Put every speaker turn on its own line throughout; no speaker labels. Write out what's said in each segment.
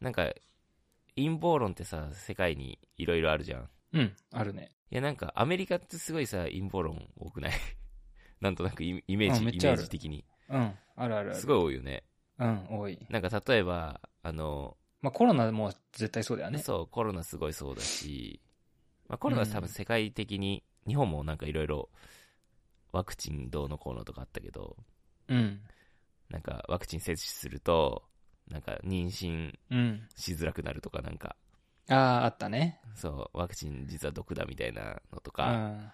なんか、陰謀論ってさ、世界にいろいろあるじゃん。い
うん、あるね。
や、なんか、アメリカってすごいさ、陰謀論多くない なんとなくイイメージ、
あ
イ
め
メ
っちゃあ
ー
る
ジ的に。
うん、あるあるある。
すごい多いよね。
うん、多い。
なんか、例えば、あの、
まあコロナも絶対そうだよね。
そう、コロナすごいそうだし、まあ、コロナは多分世界的に、日本もなんかいろいろ、ワクチンどうのこうのとかあったけど、
うん。
なんか、ワクチン接種すると、なんか、妊娠
うん。
しづらくなるとか、なんか、
ああ、あったね。
そう、ワクチン実は毒だみたいなのと
うん。
か、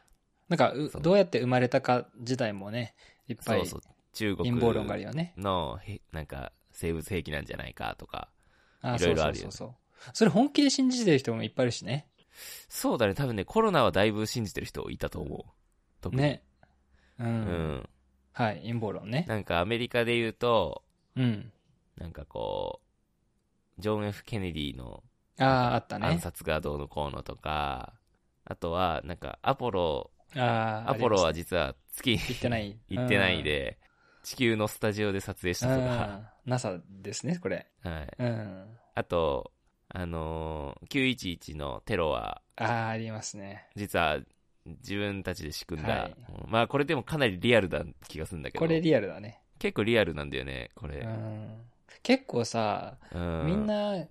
なんか、う
そう
どうやって生まれたか自体もね、いっぱ
そ
いう
そう、中国
陰謀論があるよね。
の、へなんか、生物兵器なんじゃないかとか、
あー
いろいろあるよね
そうそうそうそう。それ本気で信じてる人もいっぱいいるしね。
そうだね、多分ね、コロナはだいぶ信じてる人いたと思う。特に。
ね。うん。
うん。
はい、陰謀論ね。
なんか、アメリカで言うと、
うん。
なんかこう、ジョン・ F ・ケネディの
ああ、あったね。
暗殺がどうのこうのとか、あとは、なんか、アポロ、
ああ、
アポロ
あ
は
り
実は月に
ました行ってない。
行ってない
うん。
で、地球のスタジオで撮影したとか、
あー NASA ですね、これ。
はい。
うん。
あと、あのー、911のテロは、
ああ、ありますね。
実は自分たちで仕組んだ、
はい
まあこれでもかなりリアルな気がするんだけど
これリアルだね。
結構リアルなんだよねこ
う
れ、
ん。結構さ、
うん
みんな、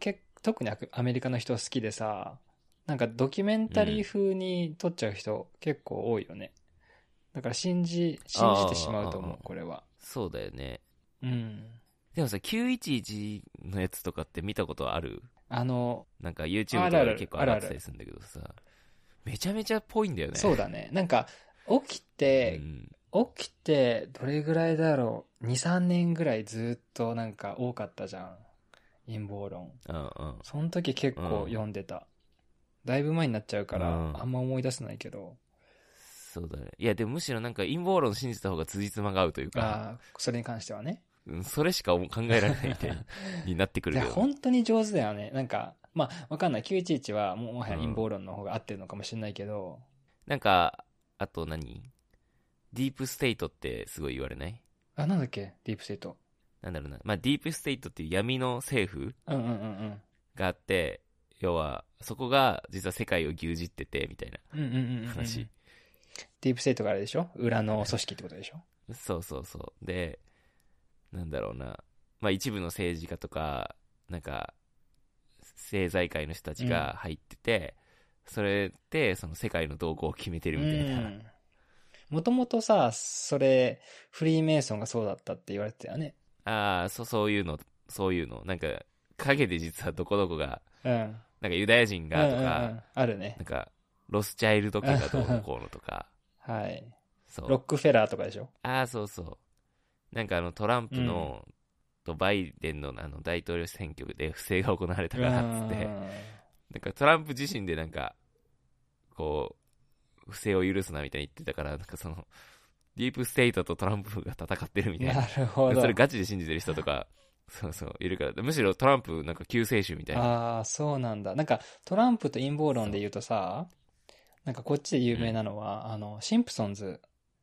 け特にアクアメリカの人好きでさ、なんかドキュメンタリー風に撮っちゃう人結構多いよね。だから信じ、信じてしまうと
あーあ
思
ー
う、これは。
そうだよね
うん。
でもさ911のやつとかって見たことある
あの、
なんか YouTube
あ
と
る
か
ある
で結構上がってたりするんだけどさめちゃめちゃっぽいんだよね
そうだね。なんか、起き
う
て、
ん
起きて、どれぐらいだろう。2、3年ぐらいずっとなんか多かったじゃん。陰謀論。
うんうん
その時結構読んでた。だいぶ前になっちゃうか
う
ら、
ん
あんま思い出せないけど。
そうだねいやでもむしろなんか陰謀論信じた方が辻褄が合うというか
ああ、それに関してはね。
うんそれしか考えられないみたいにになってく
い
る
や、
けど
本当に上手だよね。なんか、まあ、わかんない。911は、もうもはや陰謀論の方が合ってるのかもしれないけど、
なんかあと何ディープステイトってすごい言われない
あ、なんだっけディープステート。
なんだろうな、まあ、ディープステイトっていう闇の政府
うんうんうん
があって、要は、そこが実は世界を牛耳ってて、みたいな
うん。うんうんうんうん、
話。
ディープステートがあれでしょ裏の組織ってことでしょ
そうそうそう。で、なんだろうな、まあ、一部の政治家とか、なんか、政財界の人たちが入ってて、それで、その世界の動向を決めてるみたいな。
もともとさ、それ、フリーメイソンがそうだったって言われてたよね。
ああ、そう、そういうの、そういうの。なんか、陰で実はどこどこが、
うん。
なんかユダヤ人がとか、
うんうんうん、あるね
なん。か、ロスチャイルド家がどうのこうのと か、
はい。
そう。
ロックフェラーとかでしょ
ああ、そうそう。なんかあのトランプの、とバイデンのあの大統領選挙で不正が行われたからっつって、なんかトランプ自身でなんか、こう、不正を許すなみたいに言ってたから、なんかその、ディープステイトとトランプが戦ってるみ
うん
たいな。
なるほど。
それガチで信じてる人とか、そうそう、いるから。むしろトランプなんか救世主みたいな。
ああ、そうなんだ。なんか、トランプと陰謀論で言うとさ、なんかこっちで有名なのは、あの、シンプソンズ、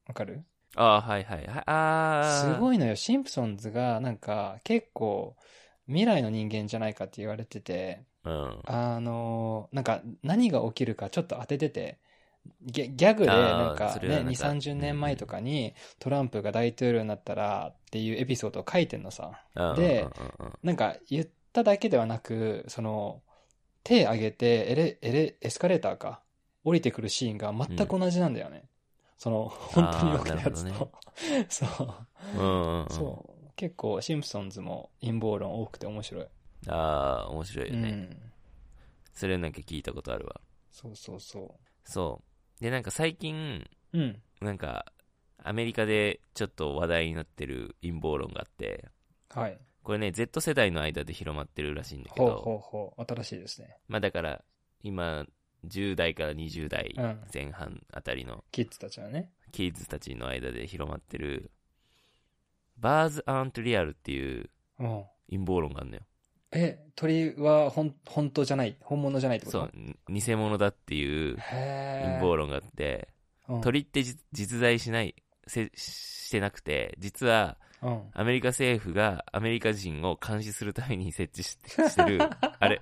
わかる
ああ、はいはい。はいああ。
す
い。
ごいのよ。シンプソンズが、なんか、結構、未来の人間じゃないかって言われてて、
うん。
あの、なんか、何が起きるかちょっと当ててて、ギャギャグで、なん
あー
か
それは
ね、
なん
2、
か
30年前とかに、トランプが大統領になったら、っていうエピソードを書いてんのさ。
うん
で
うんうん
なんか言っただけではなく、その、手上げてエレ、エレ、エスカレーターか、降りてくるシーンが全く同じなんだよね。その、本当に起きたやつ
なるほ
と。 そう、
うんうんうん。
そう。結構、シンプソンズも陰謀論多くて面白い。
ああ、面白いよ
う
ね。
ん。
それなんか聞いたことあるわ。
そうそうそ
そう。で、なんか最近、
う。うん。
なんか、アメリカでちょっと話題になってる陰謀論があって、
はい。
これね、Z 世代の間で広まってるらしいんだけ
ほう
ど、
ほうほう。新しいですね。
まあだから、今、10代から20代
うん
前半あたりの
キッズたちはね。
キッズたちの間で広まってる、バーズ・アント・リアルっていう
うん。
陰謀論があるのよ。
え、鳥はほん、本当じゃない。本物じゃないってこと
そう、に偽物だっていう
へー
陰謀論があって、
うん
鳥ってじ実在しないせしてなくて実は
うん。
アメリカ政府がアメリカ人を監視するために設置してしてる、 あれ、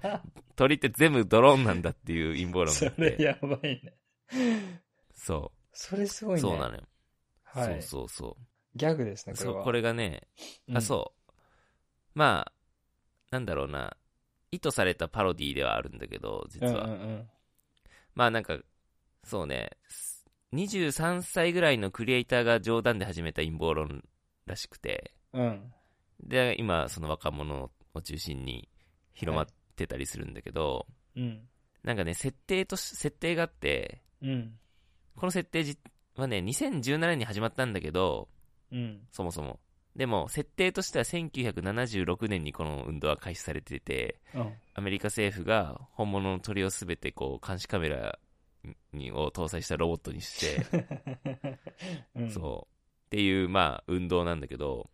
鳥って全部ドローンなんだっていう陰謀論
そ
があっ
れ
て。
やばいね。
そ。
それすごいうね。
そうなのよ。
はい。
そうそうそ
ギャグですね、
う。
これ
そう
は。
これがね、あ、
う
そう。まあ、なんだろうな。意図されたパロディではあるんだけど、実
ん。
は。
うんうん
まあなんか、そうね。23歳ぐらいのクリエイターが冗談で始めた陰謀論らしくて。
うん。うん。
で、今、その若者を中心に広まってたりするんだけど、
うん。
なんかね、設定とし、設定があって、
うん。
この設定じはね、2017年に始まったんだけど、
うん。
そもそも。でも、設定としては1976年にこの運動は開始されてて、
うん。
アメリカ政府が本物の鳥をすべてこう監視カメラにを搭載したロボットにして、
うん。
そう。っていう、まあ、運動なんだけど、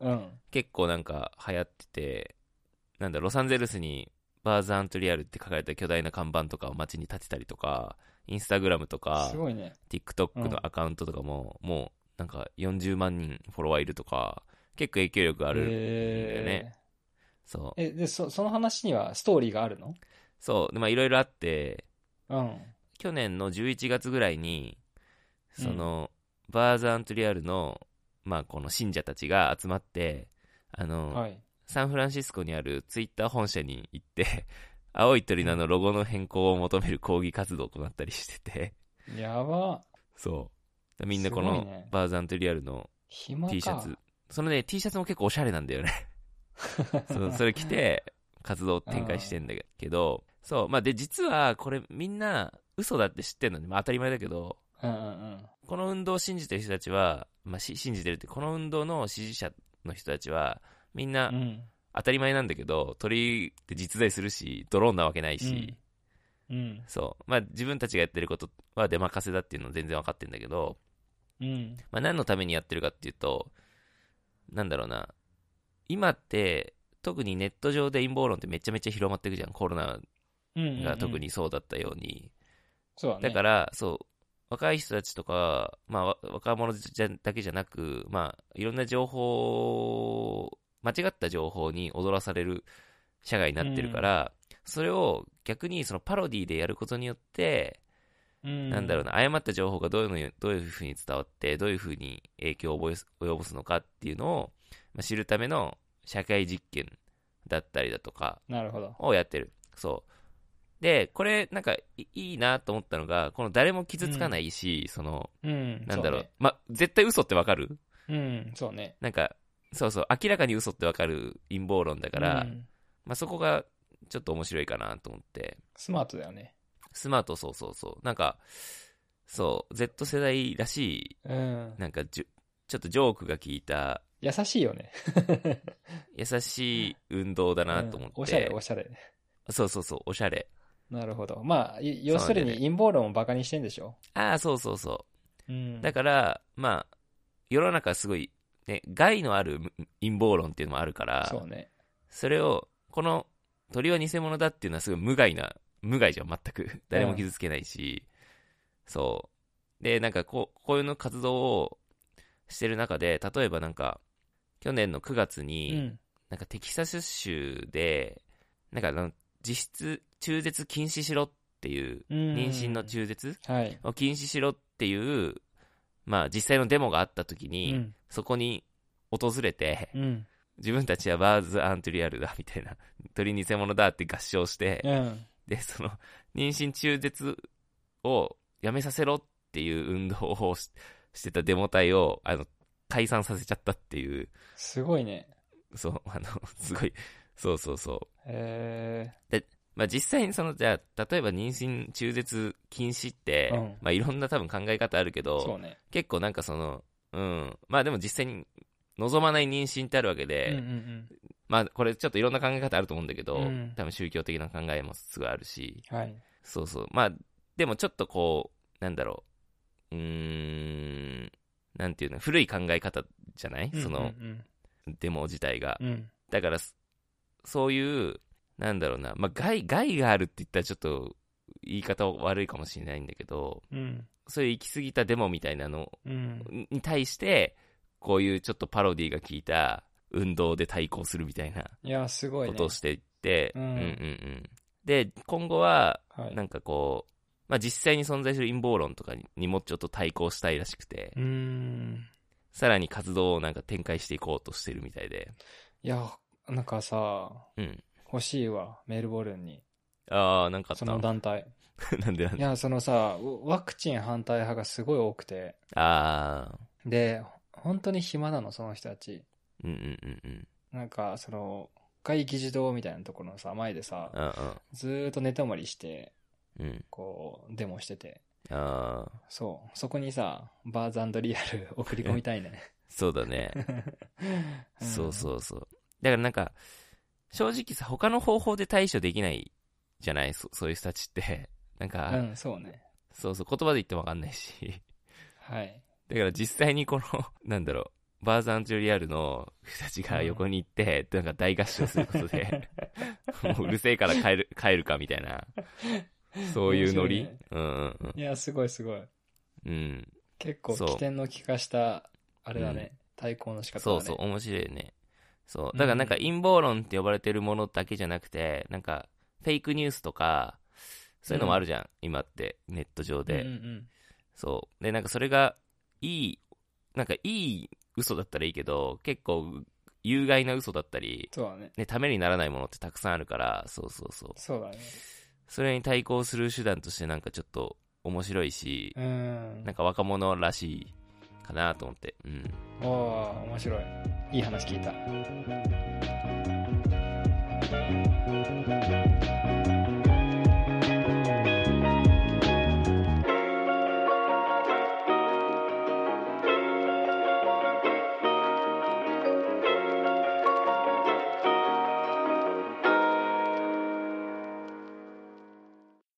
うん。
結構なんか流行ってて、なんだ、ロサンゼルスにバーズ・アントリアルって書かれた巨大な看板とかを街に立てたりとか、インスタグラムとか
す、ごいね。
TikTok のアカウントとかも、もうなんか40万人フォロワーいるとか、結構影響力があるんだよね。
え
そ
ーえ、で、そ、その話にはストーリーがあるの
う。そう。で、まあいろいろあって、
うん。
去年の11月ぐらいにその、バーズ・アントリアルの,、まあこの信者たちが集まってあの、
はい。
サンフランシスコにあるツイッター本社に行って 青い鳥のあのロゴの変更を求める抗議活動を行ったりしてて
やば。
そうみんなこ
すごい
の、
ね
バーズ・アントリアルの
暇か。
T シャ ツそのね T シャツも結構おしゃれなんだよねそうそれ着て活動を展開してんだけどそうまあで実はこれみんな嘘だって知ってるのに、まあ、当たり前だけど
うんうん
この運動を信じてる人たちは、まあ、し信じてるってこの運動の支持者の人たちはみん
う。
なん
うん。
当たり前なんだけど鳥って実在するしドローンなわけないし、
うん。
そうまあ自分たちがやってることは出任せだっていうの全然分かってんだけど、
うん。
まあ、何のためにやってるかっていうとなんだろうな今って特にネット上で陰謀論ってめちゃめちゃ広まっていくじゃんコロナ
うんうんうん。
が特にそうだったように、
そうだね。
だから、そう、若い人たちとか、まあわ、若者じゃだけじゃなく、まあ、いろんな情報、間違った情報に踊らされる社会になってるから、それを逆にそのパロディでやることによって、
うん、
なんだろうな、誤った情報がどういうのどういうふうに伝わって、どういうふうに影響を及ぼす及ぼすのかっていうのを、まあ、知るための社会実験だったりだとか、
なるほど。
をやってる。そう。で、これ、なんかい、いいなと思ったのが、この誰も傷つかないし、その、
うん。
なんだろう、ま、絶対嘘ってわかる
そうね。うん、そうね。
なんか、そうそう、明らかに嘘ってわかる陰謀論だから、
うん
まあ、そこが、ちょっと面白いかなと思って。
スマートだよね。
スマート、そうそうそう。なんか、そう、Z 世代らし
うん
い、。なんかじゅ、ちょっとジョークが効いた、
優しいよね。
優しい運動だなと思って。
うんおしゃれ、おしゃれ。
そうそうそう、おしゃれ。
なるほど。まあ、い要す
そ
る
う
に
なんだよ
陰謀論をバカにしてんでしょ。
ああ、そうそうそう。
うん。
だか
か
ら、まあ、世の中すごい、ね、害のあるむ陰謀論っていうのもあるから、
そうね。
それを、この鳥は偽物だっていうのはすごい無害な、無害じゃん、全く。誰も傷つけないし、そう。で、なんかこう、こういうの活動をしてる中で、例えばなんか、去年の9月
う
に、
ん。
なんかテキサス州で、なんかあの実質中絶禁止しろっていう、妊
妊
娠の。中絶
はい。
を禁止しろっていう、まあ実際のデモがあった時
う
に、
ん。
そこに訪れて、
うん。
自分たちはバーズ・アントリアルだみたいな、鳥偽物だって合唱して、
うん。
で、その、妊娠中絶をやめさせろっていう運動をししてたデモ隊を、あの、解散させちゃったっていう、
すごいね。
そう、あの、すごい、そうそうそう。
え
まあ実際にその、じゃあ、例えば妊娠中絶禁止って、
うん
まあいろんな多分考え方あるけ
ー、
ど、
そうね。
結構なんかその、うん、まあでも実際に望まない妊娠ってあるわけで、
うんうん
まあこれちょっといろんな考え方あると思うんだけど、
うん
多分宗教的な考えもすごいあるし、
うん。はい。
そうそう、まあでもちょっとこう、なんだろう、うーん、なんていうの、古い考え方じゃない、その
うん
デモ自体が
う。んうん。
だから、そそういう、なんだろうな、まあ害、害があるって言ったらちょっと言い方悪いかもしれないんだけど、
うん。
そういう行き過ぎたデモみたいなの
うん。
に対してこういうちょっとパロディが効いた運動で対抗するみたいない
や、すごい
こ
ね
と。をしていって、
うん
うんうんうんで今後は
はい
なんかこう、まあ、実際に存在する陰謀論とかにもちょっと対抗したいらしくて、
うーん。
さらに活動をなんか展開していこうとしてるみたいで、
いや、なんかさ、
うん、
欲しいわ、メルボルンに。
ああなんかあった
その団体。
なんでなん
い
で
や、そのさ、ワクチン反対派がすごい多くて。
ああ
で、本当に暇なの、その人たち。
うんうんうんうん
なんか、その、会議事堂みたいなところのさ、前でさ、
あ
ずーっと寝泊まりして、
うんうん
こう、デモしてて。
ああ
そう、そこにさ、バーズリアル 送り込みたいね。
そうだね そうそうそうだからなんか正直さ他の方法で対処できないじゃないそそういう人たちって なん
う
か、
ん。うん、そうね。
そうそう言葉で言っても分かんないし
はい。
だから実際にこの なんだろうバーザンジュリアルの人たちが横に行って、なんか大合唱すること でもううるせえから帰る帰るかみたいなそういうノリ、う
面
んうんうん
いや、すごいすごい。
うん
結構、
そう
起点の利かした、あれだね、対抗の仕方だ
そ
ね。
うそう、面白いよね。そうう。
ん
だからなんか陰謀論って呼ばれてるものだけじゃなくて、なんかフェイクニュースとか、そういうのもあるじゃん、今ってネット上で、
うんうん
そう。で、なんかそれがいい、なんかいい嘘だったらいいけど、結構有害な嘘だったり、
そうだね。
ね、ためにならないものってたくさんあるから、そうそうそう。
そうだね。
それに対抗する手段としてなんかちょっと面白いし
う、ん
なん。か若者らしいかなと思って、うん。
おおー面白い。いい話聞いた。